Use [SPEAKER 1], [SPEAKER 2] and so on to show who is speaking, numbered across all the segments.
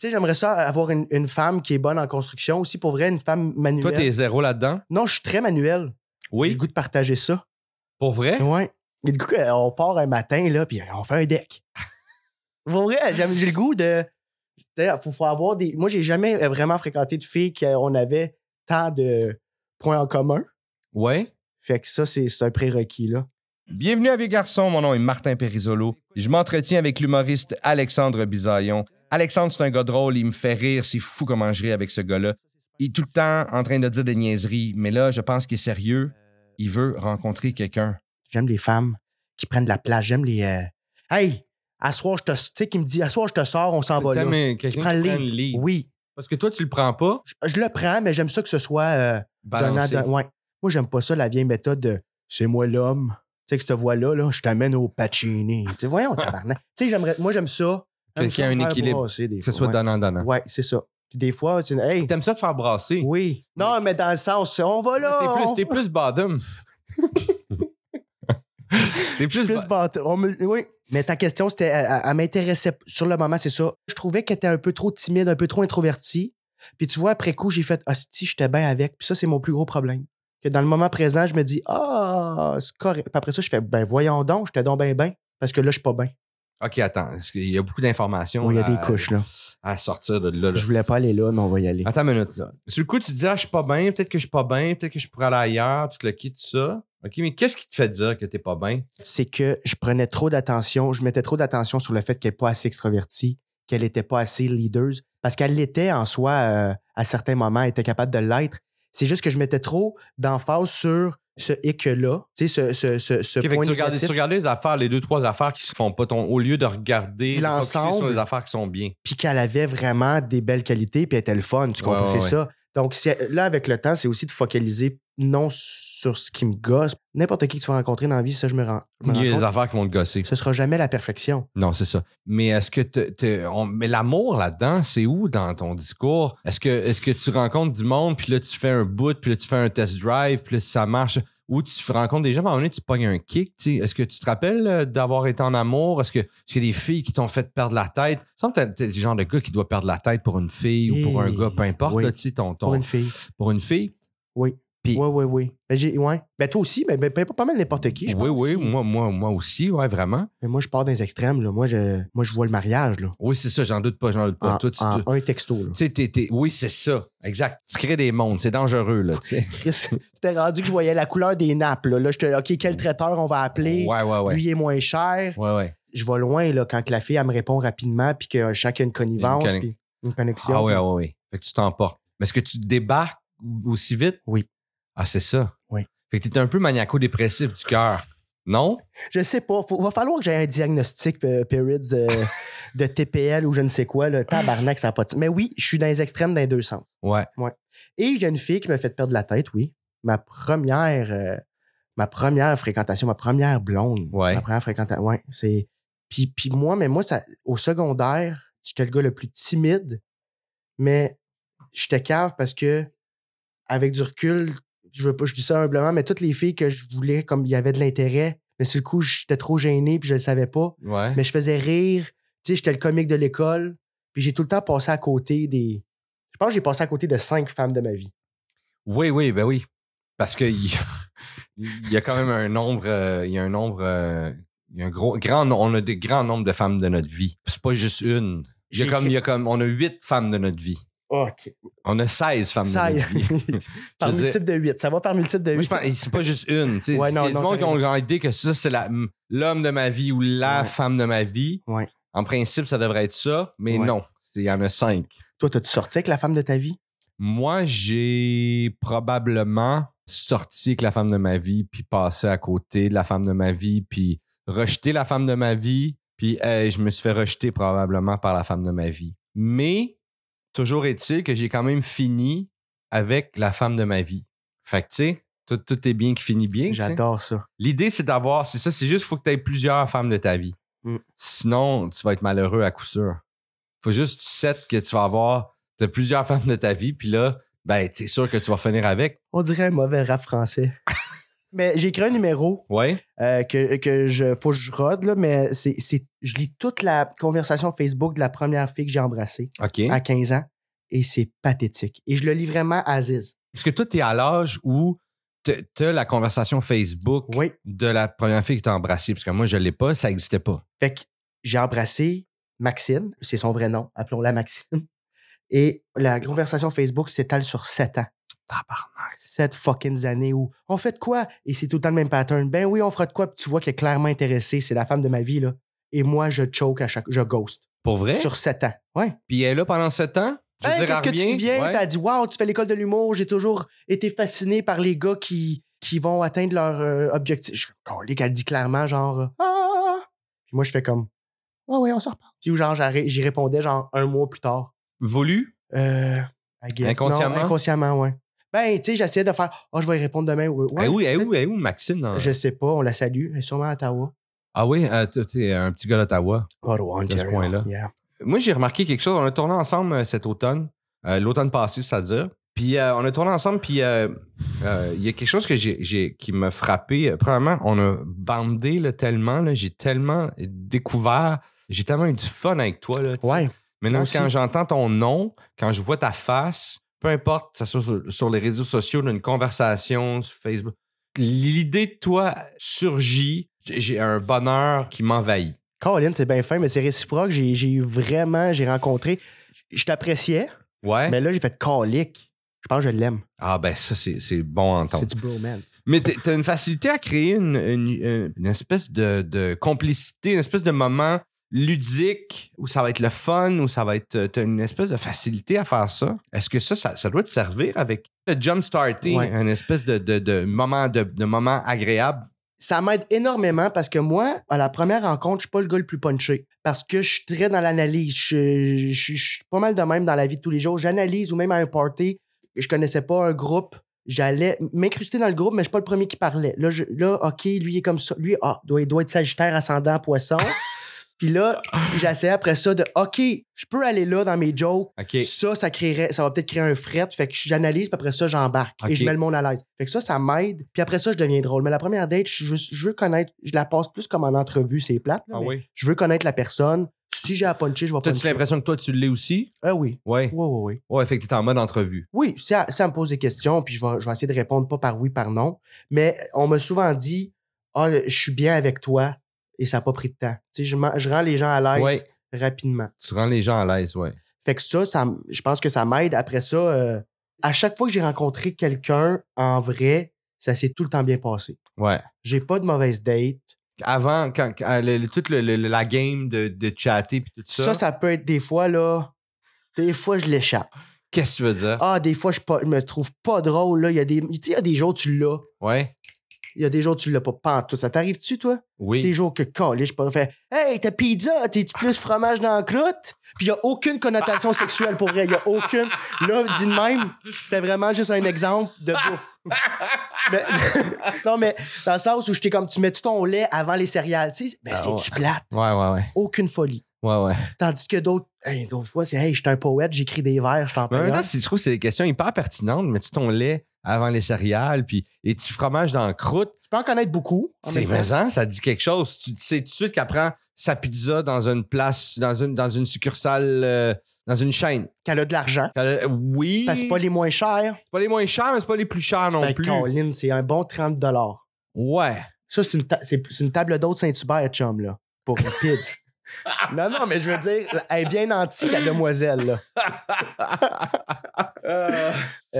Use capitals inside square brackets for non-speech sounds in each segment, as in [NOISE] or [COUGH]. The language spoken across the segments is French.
[SPEAKER 1] Tu sais, j'aimerais ça avoir une, une femme qui est bonne en construction aussi. Pour vrai, une femme
[SPEAKER 2] Toi,
[SPEAKER 1] manuelle.
[SPEAKER 2] t'es zéro là-dedans.
[SPEAKER 1] non, je suis très manuel. J'ai
[SPEAKER 2] Oui. Hein?
[SPEAKER 1] le goût de partager ça.
[SPEAKER 2] Pour vrai?
[SPEAKER 1] Ouais. Et du coup, euh, on part un matin, là, puis on fait un
[SPEAKER 2] [LAUGHS]
[SPEAKER 1] deck. Pour vrai, j'aime- j'ai le goût de. tu sais, Faut, faut avoir des. Moi, j'ai jamais euh, vraiment fréquenté de filles qu'on avait tant de points en commun.
[SPEAKER 2] Ouais.
[SPEAKER 1] Fait que ça, c'est c'est un prérequis, là.
[SPEAKER 3] Bienvenue à Vieux Garçon, mon nom est Martin Perisolo. Je m'entretiens avec l'humoriste Alexandre Bisaillon. Alexandre, c'est un gars drôle, il me fait rire, c'est fou comment je ris avec ce gars-là. Il est tout le temps en train de dire des niaiseries, mais là, je pense qu'il est sérieux. Il veut rencontrer quelqu'un.
[SPEAKER 1] J'aime les femmes qui prennent de la place. J'aime les. euh, Hey, à soir, je te. Tu sais, qui me dit, à soir, je te sors, on s'en va là.
[SPEAKER 2] T'aimes, euh, quelqu'un
[SPEAKER 1] Je prends
[SPEAKER 2] qui
[SPEAKER 1] le
[SPEAKER 2] prend le
[SPEAKER 1] lead.
[SPEAKER 2] lead.
[SPEAKER 1] Oui.
[SPEAKER 2] Parce que toi, tu le prends pas.
[SPEAKER 1] Je, je le prends, mais j'aime ça que ce soit. euh, donnant,
[SPEAKER 2] Balancé.
[SPEAKER 1] don- ouais. Moi, j'aime pas ça, la vieille méthode de c'est moi l'homme. Tu sais, que cette voix-là, là, je t'amène au Pacini. Tu sais, voyons, tabarnak. tu sais, j'aimerais. Moi, j'aime ça. J'aime
[SPEAKER 2] Ah. Quelqu'un
[SPEAKER 1] ça me
[SPEAKER 2] a un
[SPEAKER 1] faire
[SPEAKER 2] équilibre,
[SPEAKER 1] brasser des
[SPEAKER 2] Que ce
[SPEAKER 1] fois,
[SPEAKER 2] soit
[SPEAKER 1] ouais.
[SPEAKER 2] donnant-donnant.
[SPEAKER 1] Ouais, c'est ça. Puis des fois, tu dis, hey,
[SPEAKER 2] T'aimes ça te faire brasser.
[SPEAKER 1] oui. Non, mais dans le sens, on va là.
[SPEAKER 2] T'es
[SPEAKER 1] on-
[SPEAKER 2] plus, t'es
[SPEAKER 1] [LAUGHS]
[SPEAKER 2] plus bottom. t'es
[SPEAKER 1] Je
[SPEAKER 2] plus,
[SPEAKER 1] suis plus bâton- on me- oui. Bah. Mais ta question, c'était, elle, elle- elle m'intéressait sur le moment, c'est ça. Je trouvais qu'elle était un peu trop timide, un peu trop introvertie. Puis tu vois, après coup, j'ai fait, hostie, j'étais bien avec. Puis ça, c'est mon plus gros problème. Que dans le moment présent, je me dis, ah, c'est correct. Puis après ça, je fais, ben voyons donc, j'étais donc bien, bien. Parce que là, je suis pas bien.
[SPEAKER 2] OK, attends. parce qu'il y a beaucoup d'informations.
[SPEAKER 1] Oui, il y a
[SPEAKER 2] là,
[SPEAKER 1] des
[SPEAKER 2] à-
[SPEAKER 1] couches, là.
[SPEAKER 2] À sortir de là. là.
[SPEAKER 1] Je voulais pas aller là, mais on va y aller.
[SPEAKER 2] Attends une minute, là. Sur le coup, tu te dis, ah, je suis pas bien, peut-être que je suis pas bien, peut-être que je pourrais aller ailleurs, tu te le quittes, tout ça. OK, mais qu'est-ce qui te fait dire que t'es pas bien?
[SPEAKER 1] c'est que je prenais trop d'attention, je mettais trop d'attention sur le fait qu'elle n'est pas assez extrovertie, qu'elle n'était pas assez leader, parce qu'elle l'était en soi euh, à certains moments, elle était capable de l'être. C'est juste que je mettais trop d'emphase sur ce hic-là, tu sais, ce, ce, ce, ce
[SPEAKER 2] OK, fait que
[SPEAKER 1] point
[SPEAKER 2] tu, regardes,
[SPEAKER 1] négatif.
[SPEAKER 2] tu regardes les affaires, les deux, trois affaires qui se font pas, ton, au lieu de regarder de
[SPEAKER 1] L'ensemble.
[SPEAKER 2] focuser sur les affaires qui sont bien.
[SPEAKER 1] puis qu'elle avait vraiment des belles qualités, puis elle était le fun, tu
[SPEAKER 2] Ouais,
[SPEAKER 1] comprends?
[SPEAKER 2] ouais,
[SPEAKER 1] c'est
[SPEAKER 2] ouais.
[SPEAKER 1] ça. Donc c'est- là, avec le temps, c'est aussi de focaliser non sur ce qui me gosse. N'importe qui que tu vas rencontrer dans la vie, ça, je me rends, je me
[SPEAKER 2] Il y a
[SPEAKER 1] rends
[SPEAKER 2] des
[SPEAKER 1] compte,
[SPEAKER 2] affaires qui vont te gosser.
[SPEAKER 1] ce sera jamais la perfection.
[SPEAKER 2] Non, c'est ça. Mais est-ce que te- te- on- mais l'amour là-dedans, c'est où dans ton discours? Est-ce que, est-ce que tu rencontres du monde, puis là, tu fais un boot, puis là, tu fais un test drive, puis là, ça marche? Ou tu rencontres des gens, mais à un moment donné, tu pognes un kick. tu sais. Est-ce que tu te rappelles euh, d'avoir été en amour? Est-ce que c'est des filles qui t'ont fait perdre la tête? Il me semble que t'es- t'es le genre de gars qui doit perdre la tête pour une fille ou pour un
[SPEAKER 1] Hey,
[SPEAKER 2] gars, peu importe,
[SPEAKER 1] oui.
[SPEAKER 2] là, tu sais, ton, ton-
[SPEAKER 1] Pour une fille.
[SPEAKER 2] fille. Puis-
[SPEAKER 1] Oui, oui, oui. Ben, j'ai, ouais. Ben, toi aussi, mais ben, ben, pas mal n'importe qui, je
[SPEAKER 2] oui,
[SPEAKER 1] pense.
[SPEAKER 2] oui,
[SPEAKER 1] qui-
[SPEAKER 2] moi, moi, moi aussi, ouais, vraiment.
[SPEAKER 1] Mais moi, je pars dans les extrêmes, là. Moi, je, moi, je vois le mariage, là.
[SPEAKER 2] Oui, c'est ça, j'en doute pas, j'en doute pas.
[SPEAKER 1] En,
[SPEAKER 2] Toi, tu-
[SPEAKER 1] en
[SPEAKER 2] tu-
[SPEAKER 1] un texto, là.
[SPEAKER 2] Tu sais, t'es- t'es- oui, c'est ça. Exact. Tu crées des mondes. C'est dangereux, là, tu sais.
[SPEAKER 1] Chris, [LAUGHS] C'était rendu que je voyais la couleur des nappes, là. Là, j'étais, OK, quel traiteur on va appeler?
[SPEAKER 2] Ouais, ouais, ouais.
[SPEAKER 1] Lui il est moins cher.
[SPEAKER 2] Ouais, ouais.
[SPEAKER 1] Je vais loin, là, quand que la fille, elle me répond rapidement, puis que chacun a une connivence,
[SPEAKER 2] Une conne-
[SPEAKER 1] puis une connexion.
[SPEAKER 2] Ah, ouais, ouais, ouais. Fait que tu t'emportes. Mais est-ce que tu débarques ou- aussi vite?
[SPEAKER 1] Oui.
[SPEAKER 2] Ah, c'est ça.
[SPEAKER 1] Oui.
[SPEAKER 2] Fait que t'es un peu maniaco-dépressif du cœur. Non?
[SPEAKER 1] Je sais pas. Faut, va falloir que j'aie un diagnostic, euh, Perrids,
[SPEAKER 2] [LAUGHS]
[SPEAKER 1] euh, de TPL ou je ne sais quoi, là. Tabarnak, ça n'a pas de- Mais oui, je suis dans les extrêmes dans les deux sens.
[SPEAKER 2] Ouais.
[SPEAKER 1] Et j'ai une fille qui m'a fait perdre la tête, oui. Ma première, euh, ma première fréquentation, ma première blonde.
[SPEAKER 2] Ouais.
[SPEAKER 1] Ma première fréquentation. Ouais. C'est. Puis, puis moi, mais moi, ça, au secondaire, j'étais le gars le plus timide, mais j'étais cave parce que, avec du recul, je veux pas, je dis ça humblement, mais toutes les filles que je voulais, comme il y avait de l'intérêt, mais sur le coup, j'étais trop gêné puis je le savais pas.
[SPEAKER 2] Ouais.
[SPEAKER 1] Mais je faisais rire. Tu sais, j'étais le comique de l'école. Puis j'ai tout le temps passé à côté des. Je pense que j'ai passé à côté de cinq femmes de ma vie.
[SPEAKER 2] Oui, oui, ben oui. Parce que il y a- [LAUGHS] il y a quand même un nombre, euh, il y a un nombre, euh, il y a un gros, grand, no- on a des grands nombres de femmes de notre vie. C'est pas juste une. Il y a
[SPEAKER 1] J'ai
[SPEAKER 2] comme,
[SPEAKER 1] écrit-
[SPEAKER 2] il y a comme, on a huit femmes de notre vie.
[SPEAKER 1] OK.
[SPEAKER 2] On a 16 femmes
[SPEAKER 1] Ça,
[SPEAKER 2] de notre
[SPEAKER 1] [LAUGHS]
[SPEAKER 2] vie.
[SPEAKER 1] par
[SPEAKER 2] Je veux dire-
[SPEAKER 1] multiple de 8. Ça va par multiple de
[SPEAKER 2] Moi,
[SPEAKER 1] 8.
[SPEAKER 2] je pense- et c'est pas juste une. tu sais.
[SPEAKER 1] Ouais,
[SPEAKER 2] il y
[SPEAKER 1] non,
[SPEAKER 2] a du
[SPEAKER 1] non,
[SPEAKER 2] monde qui
[SPEAKER 1] t'as
[SPEAKER 2] ont l'idée que ça, c'est la- l'homme de ma vie ou la
[SPEAKER 1] Ouais.
[SPEAKER 2] femme de ma vie.
[SPEAKER 1] Ouais.
[SPEAKER 2] En principe, ça devrait être ça, mais
[SPEAKER 1] Ouais.
[SPEAKER 2] non. C'est- Il y en a cinq.
[SPEAKER 1] Toi, t'as-tu sorti avec la femme de ta vie?
[SPEAKER 2] Moi, j'ai probablement sorti avec la femme de ma vie, puis passé à côté de la femme de ma vie, puis rejeté la femme de ma vie, puis euh, je me suis fait rejeter probablement par la femme de ma vie. Mais toujours est-il que j'ai quand même fini avec la femme de ma vie. Fait que, tu sais, tout, tout est bien qui finit bien. tu sais.
[SPEAKER 1] J'adore ça.
[SPEAKER 2] L'idée, c'est d'avoir, c'est ça, c'est juste faut que tu aies plusieurs femmes de ta vie.
[SPEAKER 1] Mm.
[SPEAKER 2] Sinon, tu vas être malheureux à coup sûr. Faut juste que tu settes que tu vas avoir t'as plusieurs [LAUGHS] femmes de ta vie, puis là, ben, t'es sûr que tu vas finir avec. [LAUGHS]
[SPEAKER 1] On dirait un mauvais rap français. Mais j'ai écrit un numéro
[SPEAKER 2] Ouais.
[SPEAKER 1] euh, que, que je faut que je rode, là, mais c'est, c'est- je lis toute la conversation Facebook de la première fille que j'ai embrassée
[SPEAKER 2] OK.
[SPEAKER 1] à 15 ans et c'est pathétique. Et je le lis vraiment à Aziz.
[SPEAKER 2] Parce que toi, t'es à l'âge où t'as- t'as la conversation Facebook
[SPEAKER 1] Oui.
[SPEAKER 2] de la première fille que t'as embrassée. Parce que moi, je l'ai pas, ça n'existait pas.
[SPEAKER 1] Fait que j'ai embrassé Maxine, c'est son vrai nom, appelons-la Maxine. [LAUGHS] Et la conversation Facebook s'étale sur 7 ans.
[SPEAKER 2] Tabarnak.
[SPEAKER 1] Sept fucking années où on fait de quoi? Et c'est tout le temps le même pattern. Ben oui, on fera de quoi? Puis tu vois qu'elle est clairement intéressée. C'est la femme de ma vie, là. Et moi, je choke à chaque. Je ghost.
[SPEAKER 2] Pour vrai?
[SPEAKER 1] Sur 7 ans. Ouais.
[SPEAKER 2] Puis elle est là pendant sept ans? Je veux
[SPEAKER 1] Hey,
[SPEAKER 2] dire,
[SPEAKER 1] qu'est-ce que
[SPEAKER 2] elle
[SPEAKER 1] tu
[SPEAKER 2] revient?
[SPEAKER 1] deviens?
[SPEAKER 2] Ouais.
[SPEAKER 1] T'as dit, wow, tu fais l'école de l'humour. J'ai toujours été fasciné par les gars qui, qui vont atteindre leur euh, objectif. Je suis comme, Colique, elle dit clairement, genre, ah. Puis moi, je fais comme, ouais, ouais, on s'en reparle. Puis genre, j'arrê- j'y répondais, genre, un mois plus tard.
[SPEAKER 2] Voulu?
[SPEAKER 1] Euh, I guess.
[SPEAKER 2] Inconsciemment?
[SPEAKER 1] Non, inconsciemment, ouais. Ben, tu sais, j'essayais de faire, ah, je vais y répondre demain. Ouais,
[SPEAKER 2] Eh
[SPEAKER 1] ouais,
[SPEAKER 2] oui, eh oui, eh oui, Maxine. dans-
[SPEAKER 1] Je sais pas, on la salue. Elle est sûrement à Ottawa.
[SPEAKER 2] Ah oui, euh, toi, t'es un petit gars d'Ottawa.
[SPEAKER 1] Ottawa,
[SPEAKER 2] De ce
[SPEAKER 1] Ontario.
[SPEAKER 2] coin-là.
[SPEAKER 1] Yeah.
[SPEAKER 2] Moi, j'ai remarqué quelque chose. On a tourné ensemble euh, cet automne, euh, l'automne passé, c'est-à-dire. Puis euh, on a tourné ensemble, puis euh, euh, il y a quelque chose que j'ai, j'ai- qui m'a frappé. Euh, Premièrement, on a bandé là, tellement, là, j'ai tellement découvert, j'ai tellement eu du fun avec toi. Là, tu sais.
[SPEAKER 1] Ouais.
[SPEAKER 2] Maintenant,
[SPEAKER 1] moi aussi.
[SPEAKER 2] quand j'entends ton nom, quand je vois ta face, peu importe, que ce soit sur, sur les réseaux sociaux, d'une conversation, sur Facebook, l'idée de toi surgit. J'ai j'ai un bonheur qui m'envahit.
[SPEAKER 1] Colin, c'est bien fin, mais c'est réciproque. J'ai j'ai eu vraiment, j'ai rencontré. Je t'appréciais,
[SPEAKER 2] Ouais.
[SPEAKER 1] mais là, j'ai fait colique. Je pense que je l'aime.
[SPEAKER 2] Ah ben ça, c'est, c'est bon à entendre.
[SPEAKER 1] C'est du bromance.
[SPEAKER 2] Mais t'as t'as une facilité à créer une, une- une espèce de, de complicité, une espèce de moment ludique où ça va être le fun, où ça va être. euh, T'as une espèce de facilité à faire ça. Est-ce que ça, ça, ça doit te servir avec le jump starting,
[SPEAKER 1] Ouais.
[SPEAKER 2] un espèce de, de, de moment de, de moment agréable?
[SPEAKER 1] Ça m'aide énormément parce que moi, à la première rencontre, je suis pas le gars le plus punché. Parce que je suis très dans l'analyse. Je, je- je suis pas mal de même dans la vie de tous les jours. J'analyse ou même à un party, je connaissais pas un groupe. J'allais m'incruster dans le groupe, mais je suis pas le premier qui parlait. Là, je- là OK, lui il est comme ça. Lui, ah, doit, doit être Sagittaire, ascendant, poisson. Puis là, j'essayais après ça de OK, je peux aller là dans mes jokes.
[SPEAKER 2] OK.
[SPEAKER 1] Ça, ça créerait, ça va peut-être créer un fret. Fait que j'analyse, puis après ça, j'embarque.
[SPEAKER 2] Ok.
[SPEAKER 1] Et je mets le monde à l'aise. Fait que ça, ça m'aide. Puis après ça, je deviens drôle. Mais la première date, je, veux- je veux connaître, je la passe plus comme en entrevue, c'est plate. là, mais
[SPEAKER 2] Ah oui.
[SPEAKER 1] Je veux connaître la personne. Si j'ai à puncher, je vais
[SPEAKER 2] T'as-tu
[SPEAKER 1] puncher.
[SPEAKER 2] l'impression que toi, tu l'es aussi?
[SPEAKER 1] Ah oui.
[SPEAKER 2] Ouais.
[SPEAKER 1] Oui, oui, oui.
[SPEAKER 2] Ouais, fait que t'es en mode entrevue.
[SPEAKER 1] Oui, ça, ça me pose des questions, puis je vais, je vais essayer de répondre pas par oui, par non. Mais on m'a souvent dit Ah, je suis bien avec toi, et ça n'a pas pris de temps. Tu sais, je, m'en- je rends les gens à l'aise
[SPEAKER 2] Ouais.
[SPEAKER 1] rapidement.
[SPEAKER 2] Tu rends les gens à l'aise, ouais.
[SPEAKER 1] Fait que ça, ça m- je pense que ça m'aide. Après ça, euh, à chaque fois que j'ai rencontré quelqu'un en vrai, ça s'est tout le temps bien passé.
[SPEAKER 2] Ouais.
[SPEAKER 1] J'ai pas de mauvaise date.
[SPEAKER 2] Avant, quand, quand- le- le- toute le- le- la game de, de chatter puis tout ça,
[SPEAKER 1] Ça, ça, peut être des fois, là. Des fois, je l'échappe.
[SPEAKER 2] qu'est-ce que tu veux dire?
[SPEAKER 1] Ah, des fois, je, pas- je me trouve pas drôle, là. Il y a des, tu sais, il y a des jours, tu l'as.
[SPEAKER 2] Ouais.
[SPEAKER 1] Il y a des jours, tu l'as pas. Pas en tout. Ça t'arrive-tu, toi?
[SPEAKER 2] Oui.
[SPEAKER 1] Des jours que, calé, je peux faire Hey, ta pizza, t'es-tu plus fromage dans la croûte? Puis il y a aucune connotation sexuelle pour vrai. Il y a aucune. Là, dit de même, c'était vraiment juste un exemple de
[SPEAKER 2] [LAUGHS]
[SPEAKER 1] bouffe. Mais- [LAUGHS] non, mais dans le sens où j'étais comme, tu mets-tu ton lait avant les céréales? Tu sais, ben,
[SPEAKER 2] Ah
[SPEAKER 1] c'est-tu plate?
[SPEAKER 2] Ouais, ouais, ouais.
[SPEAKER 1] Aucune folie.
[SPEAKER 2] Ouais, ouais.
[SPEAKER 1] Tandis que d'autres, hey, d'autres fois, c'est Hey, je suis un poète, j'écris des vers, je t'en
[SPEAKER 2] Mais
[SPEAKER 1] paye
[SPEAKER 2] en même
[SPEAKER 1] un.
[SPEAKER 2] temps, c'est- je trouve que c'est des questions hyper pertinentes. Mais tu ton lait avant les céréales, puis et tu fromage dans la croûte.
[SPEAKER 1] Tu peux en connaître beaucoup. en
[SPEAKER 2] C'est
[SPEAKER 1] même temps.
[SPEAKER 2] plaisant, ça dit quelque chose. Tu sais tout de suite qu'elle prend sa pizza dans une place, dans une, dans une succursale, euh, dans une chaîne.
[SPEAKER 1] Qu'elle a de l'argent.
[SPEAKER 2] Qu'elle- euh, oui.
[SPEAKER 1] Parce que c'est pas les moins chers.
[SPEAKER 2] c'est pas les moins chers, mais c'est pas les plus chers non
[SPEAKER 1] Ben,
[SPEAKER 2] plus.
[SPEAKER 1] Caroline, c'est un bon 30
[SPEAKER 2] Ouais.
[SPEAKER 1] Ça, c'est une, ta- c'est c'est une table d'hôte Saint-Hubert, chum, là, pour une pizza. non, non, mais je veux dire, elle est bien nantie, la demoiselle, là. Euh,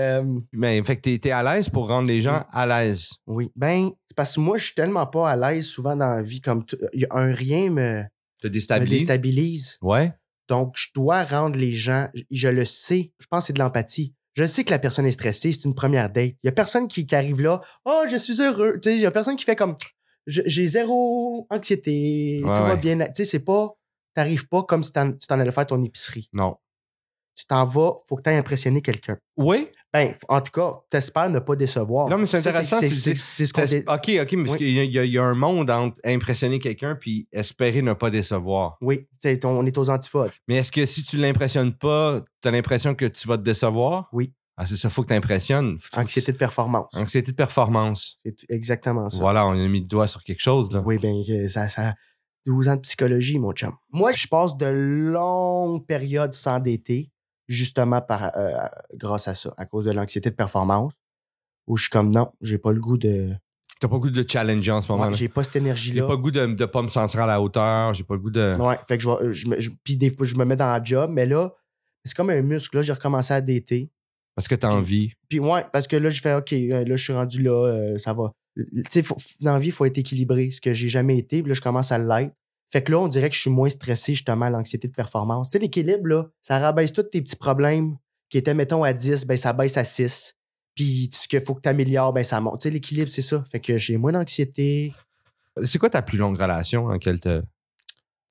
[SPEAKER 2] Mais Ben, fait que t'es- t'es à l'aise pour rendre les gens à l'aise.
[SPEAKER 1] oui. Ben, c'est parce que moi, je suis tellement pas à l'aise souvent dans la vie, comme t- y a un rien me,
[SPEAKER 2] Te
[SPEAKER 1] me
[SPEAKER 2] déstabilise.
[SPEAKER 1] déstabilise.
[SPEAKER 2] ouais.
[SPEAKER 1] Donc, je dois rendre les gens, je, je le sais, je pense que c'est de l'empathie. Je sais que la personne est stressée, c'est une première date. Il y a personne qui, qui arrive là, oh, je suis heureux. Tu sais, il y a personne qui fait comme, Je- j'ai zéro anxiété,
[SPEAKER 2] Ouais,
[SPEAKER 1] tout
[SPEAKER 2] ouais.
[SPEAKER 1] va bien. Tu sais, c'est pas, t'arrives pas comme si t'en- tu t'en allais faire ton épicerie.
[SPEAKER 2] Non.
[SPEAKER 1] Tu t'en vas, faut que t'aies impressionné quelqu'un.
[SPEAKER 2] Oui.
[SPEAKER 1] Ben, f- en tout cas, t'espères ne pas décevoir.
[SPEAKER 2] Non, mais c'est
[SPEAKER 1] Ça,
[SPEAKER 2] intéressant,
[SPEAKER 1] C'est
[SPEAKER 2] tu
[SPEAKER 1] c'est-
[SPEAKER 2] dis-
[SPEAKER 1] c'est ce qu'on
[SPEAKER 2] T'es- ah
[SPEAKER 1] dé-
[SPEAKER 2] OK, OK, mais parce
[SPEAKER 1] Oui.
[SPEAKER 2] qu'il y a- il y, a- il y a un monde entre impressionner quelqu'un puis espérer ne pas décevoir.
[SPEAKER 1] Oui, c'est- on est aux antipodes.
[SPEAKER 2] Mais est-ce que si tu l'impressionnes pas, tu as l'impression que tu vas te décevoir?
[SPEAKER 1] Oui.
[SPEAKER 2] Ah, c'est ça, faut que t'impressionnes. Faut-
[SPEAKER 1] Anxiété de performance.
[SPEAKER 2] Anxiété de performance.
[SPEAKER 1] C'est exactement ça.
[SPEAKER 2] Voilà, on a mis le doigt sur quelque chose, là.
[SPEAKER 1] Oui, bien, ça, ça. 12 ans de psychologie, mon chum. Moi, je passe de longues périodes sans d'été, justement par, euh, grâce à ça, à cause de l'anxiété de performance, où je suis comme non, j'ai pas le goût de.
[SPEAKER 2] T'as pas hein. le goût de challenger en ce moment.
[SPEAKER 1] Ouais,
[SPEAKER 2] là.
[SPEAKER 1] j'ai pas cette
[SPEAKER 2] J'ai
[SPEAKER 1] énergie-là.
[SPEAKER 2] pas le goût hein. de, de pas me sentir à la hauteur. J'ai pas le goût de.
[SPEAKER 1] Ouais, fait que je, vais- euh, je, me- je- puis des fois, je me mets dans la job, mais là, c'est comme un muscle. Là, j'ai recommencé à d'été.
[SPEAKER 2] Parce que t'as envie.
[SPEAKER 1] Puis ouais, parce que là, je fais OK, euh, là, je suis rendu là, euh, ça va. Tu sais, faut- faut- dans la vie, il faut être équilibré, ce que j'ai jamais été. Puis là, je commence à l'être. Fait que là, on dirait que je suis moins stressé, justement, à l'anxiété de performance. Tu sais, l'équilibre, là, ça rabaisse tous tes petits problèmes qui étaient, mettons, à 10, ben ça baisse à 6. Puis ce qu'il faut que tu améliores, ben ça monte. Tu sais, l'équilibre, c'est ça. Fait que j'ai moins d'anxiété.
[SPEAKER 2] C'est quoi ta plus longue relation en laquelle t'as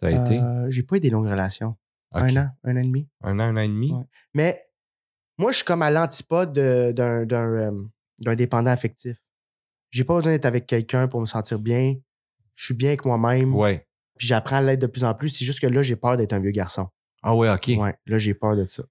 [SPEAKER 2] t'as été?
[SPEAKER 1] Euh, j'ai pas eu des longues relations.
[SPEAKER 2] Ok.
[SPEAKER 1] Un an, un an et demi.
[SPEAKER 2] Un an, un an et demi?
[SPEAKER 1] Ouais. Mais moi, je suis comme à l'antipode de- d'un d'un, euh, d'un dépendant affectif. J'ai pas besoin d'être avec quelqu'un pour me sentir bien. Je suis bien avec moi-même.
[SPEAKER 2] Ouais.
[SPEAKER 1] Puis j'apprends à l'être de plus en plus. C'est juste que là, j'ai peur d'être un vieux garçon.
[SPEAKER 2] Ah ouais, OK.
[SPEAKER 1] Ouais, là, j'ai peur de ça.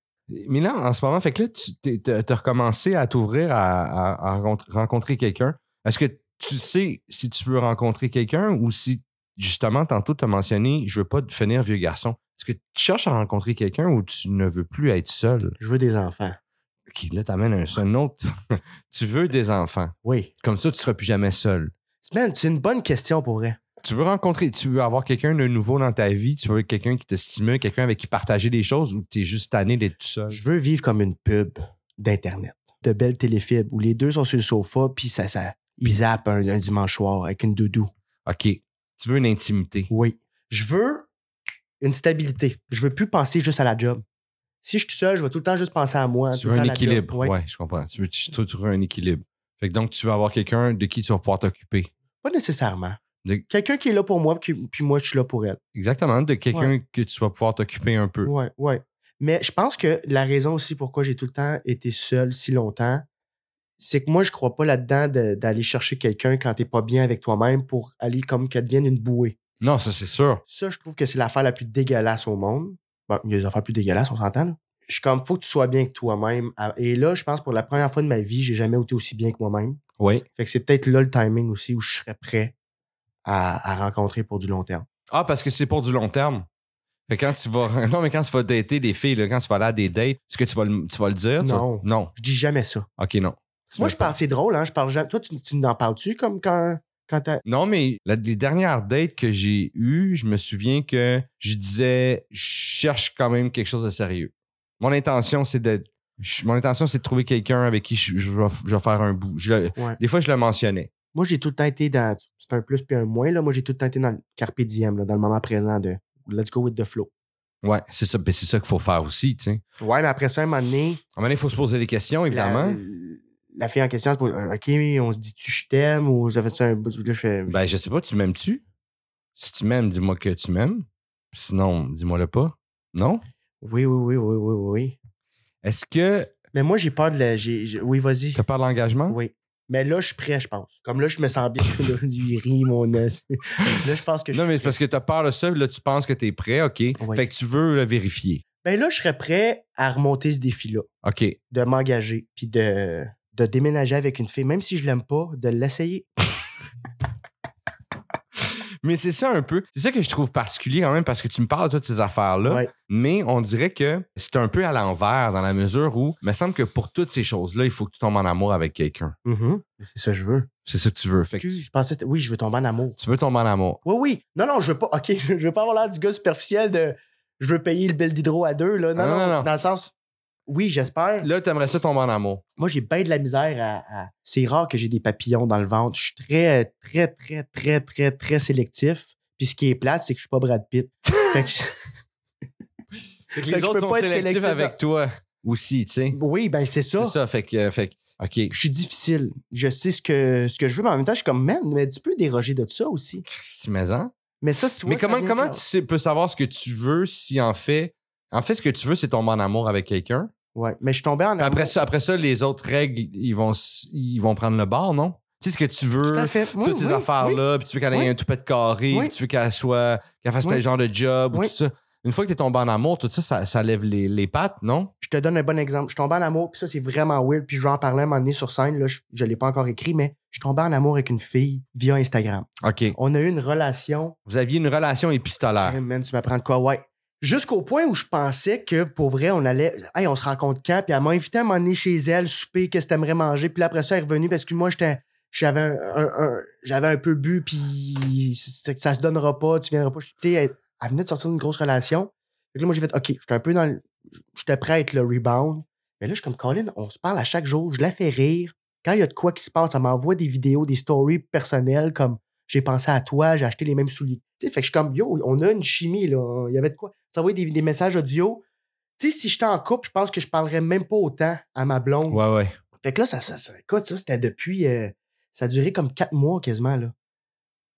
[SPEAKER 2] Mais là, en ce moment, fait que là, tu t'es- t'as t'as recommencé à t'ouvrir à, à- à rencontrer- rencontrer quelqu'un. Est-ce que tu sais si tu veux rencontrer quelqu'un ou si, justement, tantôt, tu as mentionné je veux pas devenir vieux garçon. Est-ce que tu cherches à rencontrer quelqu'un ou tu ne veux plus être seul?
[SPEAKER 1] Je veux des enfants.
[SPEAKER 2] Qui là t'amène un, un autre. [LAUGHS] tu veux des enfants.
[SPEAKER 1] Oui.
[SPEAKER 2] Comme ça, tu seras plus jamais seul.
[SPEAKER 1] Man, c'est une bonne question pour vrai.
[SPEAKER 2] Tu veux rencontrer, tu veux avoir quelqu'un de nouveau dans ta vie, tu veux quelqu'un qui te stimule, quelqu'un avec qui partager des choses ou tu es juste tanné d'être tout seul?
[SPEAKER 1] Je veux vivre comme une pub d'Internet, de belles téléfibres où les deux sont sur le sofa, puis ça, ça, ils zappent un, un dimanche soir avec une doudou.
[SPEAKER 2] OK. Tu veux une intimité.
[SPEAKER 1] Oui. Je veux une stabilité. Je veux plus penser juste à la job. Si je suis tout seul, je vais tout le temps juste penser à moi.
[SPEAKER 2] Tu
[SPEAKER 1] tout le
[SPEAKER 2] veux
[SPEAKER 1] temps
[SPEAKER 2] un
[SPEAKER 1] à la job.
[SPEAKER 2] équilibre.
[SPEAKER 1] Ouais.
[SPEAKER 2] Ouais. je comprends. Tu veux structurer un équilibre. Fait que donc, tu veux avoir quelqu'un de qui tu vas pouvoir t'occuper.
[SPEAKER 1] Pas nécessairement.
[SPEAKER 2] De-
[SPEAKER 1] Quelqu'un qui est là pour moi, puis, puis moi, je suis là pour elle.
[SPEAKER 2] Exactement, de quelqu'un que tu vas pouvoir t'occuper un peu.
[SPEAKER 1] Ouais, ouais. Mais je pense que la raison aussi pourquoi j'ai tout le temps été seul si longtemps, c'est que moi, je crois pas là-dedans de- d'aller chercher quelqu'un quand t'es pas bien avec toi-même pour aller comme qu'elle devienne une bouée.
[SPEAKER 2] Non, ça, c'est sûr.
[SPEAKER 1] Ça, je trouve que c'est l'affaire la plus dégueulasse au monde. Bon, il y a des affaires plus dégueulasses, on s'entend. là. Je suis comme, faut que tu sois bien que toi-même. Ah, Et là, je pense pour la première fois de ma vie, j'ai jamais été aussi bien que moi-même.
[SPEAKER 2] Oui.
[SPEAKER 1] Fait que c'est peut-être là le timing aussi où je serais prêt à, à rencontrer pour du long terme.
[SPEAKER 2] Ah, parce que c'est pour du long terme. Fait que quand tu vas. [LAUGHS] Non, mais quand tu vas dater des filles, là, quand tu vas aller à des dates, est-ce que tu vas le, tu vas le dire? tu
[SPEAKER 1] Non.
[SPEAKER 2] vas- Non.
[SPEAKER 1] Je dis jamais ça.
[SPEAKER 2] OK, non. Tu
[SPEAKER 1] Moi,
[SPEAKER 2] le
[SPEAKER 1] je parle, c'est drôle, hein? Je parle jamais. Toi, tu, tu n'en parles-tu comme quand, quand t'as.
[SPEAKER 2] Non, mais la- les dernières dates que j'ai eues, je me souviens que je disais, je cherche quand même quelque chose de sérieux. Mon intention, c'est de, je- mon intention, c'est de trouver quelqu'un avec qui je, je vais, je vais faire un bout. Je le-
[SPEAKER 1] Ouais.
[SPEAKER 2] Des fois, je le mentionnais.
[SPEAKER 1] Moi, j'ai tout le temps été dans. C'est un plus puis un moins, là. Moi, j'ai tout le temps été dans le carpe diem, là, dans le moment présent de let's go with the flow.
[SPEAKER 2] Ouais, c'est ça, ben, c'est ça qu'il faut faire aussi, tu sais.
[SPEAKER 1] Ouais, mais après ça, un moment donné.
[SPEAKER 2] À un moment donné, il faut se poser des questions, évidemment.
[SPEAKER 1] La, la fille en question se pose euh, OK, on se dit tu je t'aime ou ça fait ça un bout de. Là, je fais.
[SPEAKER 2] Ben, je sais pas, tu m'aimes-tu? Si tu m'aimes, dis-moi que tu m'aimes. Sinon, dis-moi le pas. Non?
[SPEAKER 1] Oui, oui, oui, oui, oui, oui.
[SPEAKER 2] Est-ce que
[SPEAKER 1] Mais moi, j'ai peur de la. j'ai- j'ai- Oui, vas-y.
[SPEAKER 2] tu as peur de l'engagement?
[SPEAKER 1] Oui. Mais là, je suis prêt, je pense. Comme là, je me sens bien. [LAUGHS] Là, il rit, mon os. Là, je pense que je
[SPEAKER 2] Non,
[SPEAKER 1] suis
[SPEAKER 2] mais
[SPEAKER 1] prêt.
[SPEAKER 2] c'est parce que tu as peur de ça, là, tu penses que tu es prêt, OK.
[SPEAKER 1] Oui.
[SPEAKER 2] Fait que tu veux le vérifier.
[SPEAKER 1] Ben là, je serais prêt à remonter ce défi-là,
[SPEAKER 2] OK.
[SPEAKER 1] de m'engager, puis de, de déménager avec une fille, même si je l'aime pas, de l'essayer.
[SPEAKER 2] Mais c'est ça un peu. C'est ça que je trouve particulier quand même parce que tu me parles de toutes ces affaires-là.
[SPEAKER 1] Ouais.
[SPEAKER 2] Mais on dirait que c'est un peu à l'envers dans la mesure où il me semble que pour toutes ces choses-là, il faut que tu tombes en amour avec quelqu'un.
[SPEAKER 1] Mhm. C'est ça que je veux.
[SPEAKER 2] C'est ça que tu veux. Mm-hmm. Fait que
[SPEAKER 1] Excuse,
[SPEAKER 2] tu,
[SPEAKER 1] je pensais, que c'était- oui, je veux tomber en amour.
[SPEAKER 2] tu veux tomber en amour.
[SPEAKER 1] Oui, oui. Non, non, je veux pas. OK, [LAUGHS] je veux pas avoir l'air du gars superficiel de je veux payer le bill d'hydro à deux, là. Non,
[SPEAKER 2] Ah,
[SPEAKER 1] non,
[SPEAKER 2] non, non.
[SPEAKER 1] Dans le sens, oui, j'espère.
[SPEAKER 2] Là, tu aimerais ça tomber en amour.
[SPEAKER 1] Moi, j'ai bien de la misère à. à- C'est rare que j'ai des papillons dans le ventre. Je suis très, très, très, très, très, très sélectif. Puis ce qui est plate, c'est que je suis pas Brad Pitt.
[SPEAKER 2] [LAUGHS]
[SPEAKER 1] Fait que je-
[SPEAKER 2] Fait que
[SPEAKER 1] Fait que je peux pas être sélectif
[SPEAKER 2] avec
[SPEAKER 1] à-
[SPEAKER 2] toi aussi, tu sais.
[SPEAKER 1] Oui, ben c'est ça.
[SPEAKER 2] C'est ça. Fait que, euh, fait que, OK.
[SPEAKER 1] je suis difficile. Je sais ce que, ce que je veux, mais en même temps, je suis comme, man, mais tu peux déroger de ça aussi.
[SPEAKER 2] Christy, mais en.
[SPEAKER 1] Mais ça, tu vois.
[SPEAKER 2] Mais
[SPEAKER 1] ça
[SPEAKER 2] comment,
[SPEAKER 1] vient
[SPEAKER 2] comment
[SPEAKER 1] de-
[SPEAKER 2] tu sais- peux savoir ce que tu veux si en fait. En fait, ce que tu veux, c'est tomber en amour avec quelqu'un.
[SPEAKER 1] Ouais, mais je suis tombé en
[SPEAKER 2] Puis Après ça, après ça, les autres règles, ils vont, s- ils vont prendre le bord, non? Tu sais ce que tu veux,
[SPEAKER 1] Tout à fait. Oui,
[SPEAKER 2] toutes tes
[SPEAKER 1] oui, oui.
[SPEAKER 2] affaires-là, puis tu veux qu'elle
[SPEAKER 1] Oui.
[SPEAKER 2] ait un toupet de carré,
[SPEAKER 1] Oui.
[SPEAKER 2] puis tu veux qu'elle soit qu'elle fasse
[SPEAKER 1] Oui.
[SPEAKER 2] tel genre de job ou
[SPEAKER 1] Oui.
[SPEAKER 2] tout ça. Une fois que tu es tombé en amour, tout ça, ça, ça lève les, les pattes, non?
[SPEAKER 1] Je Je te donne un bon exemple. Je tombais en amour, puis ça, c'est vraiment weird. Puis je vais en parler un moment donné sur scène. Là, je ne l'ai pas encore écrit, mais je tombais en amour avec une fille via Instagram.
[SPEAKER 2] OK.
[SPEAKER 1] On a eu une relation.
[SPEAKER 2] Vous aviez une relation épistolaire.
[SPEAKER 1] Hey, man, tu m'apprends de quoi? Ouais. Jusqu'au point où je pensais que pour vrai, on allait. Hey, on se rencontre quand? Puis elle m'a invité à m'emmener chez elle, souper, qu'est-ce que t'aimerais manger. Puis là, après ça, elle est revenue parce que moi, j'étais. J'avais un, un- un- j'avais un peu bu, puis c'est- ça se donnera pas, tu viendras pas. Tu sais, elle, elle venait de sortir d'une grosse relation. Fait que là, moi, j'ai fait, OK, j'étais un peu dans le. J'étais prêt à être le rebound. Mais là, je suis comme Colin, on se parle à chaque jour, je la fais rire. Quand il y a de quoi qui se passe, elle m'envoie des vidéos, des stories personnelles comme j'ai pensé à toi, j'ai acheté les mêmes souliers. Tu sais, fait que je suis comme, yo, on a une chimie, là. Il y avait de quoi. Ça envoyait des, des messages audio. Tu sais, si j'étais en couple, je pense que je parlerais même pas autant à ma blonde.
[SPEAKER 2] Ouais, ouais.
[SPEAKER 1] Fait que là, ça, ça, ça- écoute, ça, c'était depuis. euh, ça a duré comme quatre mois quasiment, là.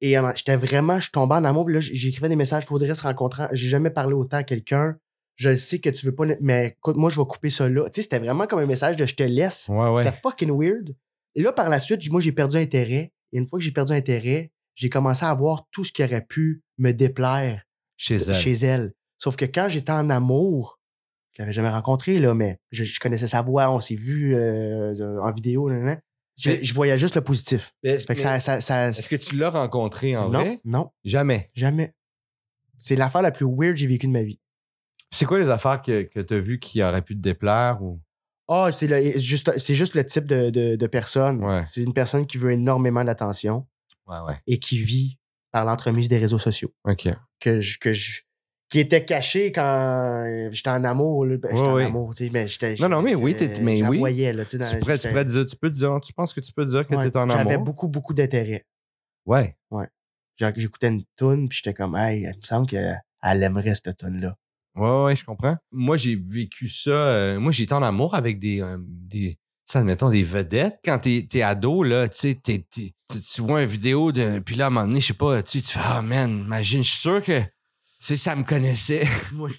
[SPEAKER 1] Et euh, j'étais vraiment, je tombais en amour. puis Là, j- j'écrivais des messages, faudrait se rencontrer. J'ai jamais parlé autant à quelqu'un. Je le sais que tu veux pas, mais écoute, moi, je vais couper ça là. Tu sais, c'était vraiment comme un message de je te laisse.
[SPEAKER 2] Ouais, ouais.
[SPEAKER 1] C'était fucking weird. Et là, par la suite, moi, j'ai perdu intérêt. Et une fois que j'ai perdu intérêt, j'ai commencé à voir tout ce qui aurait pu me déplaire
[SPEAKER 2] Chez elle.
[SPEAKER 1] chez elle. Sauf que quand j'étais en amour, je l'avais jamais rencontré, là, mais je, je connaissais sa voix, on s'est vu euh, en vidéo, nan, nan. Je,
[SPEAKER 2] Mais-
[SPEAKER 1] je voyais juste le positif.
[SPEAKER 2] Mais Est-ce
[SPEAKER 1] Fait que ça, ça- ça-
[SPEAKER 2] est-ce que tu l'as rencontré en
[SPEAKER 1] Non,
[SPEAKER 2] vrai?
[SPEAKER 1] non,
[SPEAKER 2] Jamais.
[SPEAKER 1] jamais. C'est l'affaire la plus weird que j'ai vécue de ma vie.
[SPEAKER 2] C'est quoi les affaires que, que tu as vues qui auraient pu te déplaire ou.
[SPEAKER 1] Ah, c'est le- juste, c'est juste le type de, de- de personne.
[SPEAKER 2] Ouais.
[SPEAKER 1] C'est une personne qui veut énormément d'attention
[SPEAKER 2] Ouais, ouais.
[SPEAKER 1] et qui vit par l'entremise des réseaux sociaux.
[SPEAKER 2] OK.
[SPEAKER 1] que je, que je- qui était caché quand j'étais en amour. là. Ben, j'étais
[SPEAKER 2] Ouais,
[SPEAKER 1] en
[SPEAKER 2] ouais.
[SPEAKER 1] amour, tu sais, mais j'étais-
[SPEAKER 2] Non, non, mais oui,
[SPEAKER 1] j'étais-
[SPEAKER 2] t'es- mais
[SPEAKER 1] je la
[SPEAKER 2] oui.
[SPEAKER 1] voyais, là, tu sais, dans-
[SPEAKER 2] Tu, pourrais- tu
[SPEAKER 1] j'étais-
[SPEAKER 2] pourrais dire, tu peux dire, tu penses que tu peux dire que
[SPEAKER 1] ouais,
[SPEAKER 2] tu es en
[SPEAKER 1] J'avais
[SPEAKER 2] amour?
[SPEAKER 1] beaucoup, beaucoup d'intérêt.
[SPEAKER 2] Ouais.
[SPEAKER 1] Genre, J'écoutais une toune, puis j'étais comme, hey, il me semble qu'elle aimerait cette toune-là.
[SPEAKER 2] Ouais, ouais, je comprends. Moi, j'ai vécu ça. euh, moi, j'étais en amour avec des. euh, des ça, admettons, des vedettes. Quand t'es es ado, là, tu sais, t'es- t'es- tu- tu vois une vidéo, de, puis là, à un moment donné, je sais pas, tu sais, tu fais, ah, man, imagine, je suis sûr que. Tu sais, ça me connaissait.
[SPEAKER 1] Oui.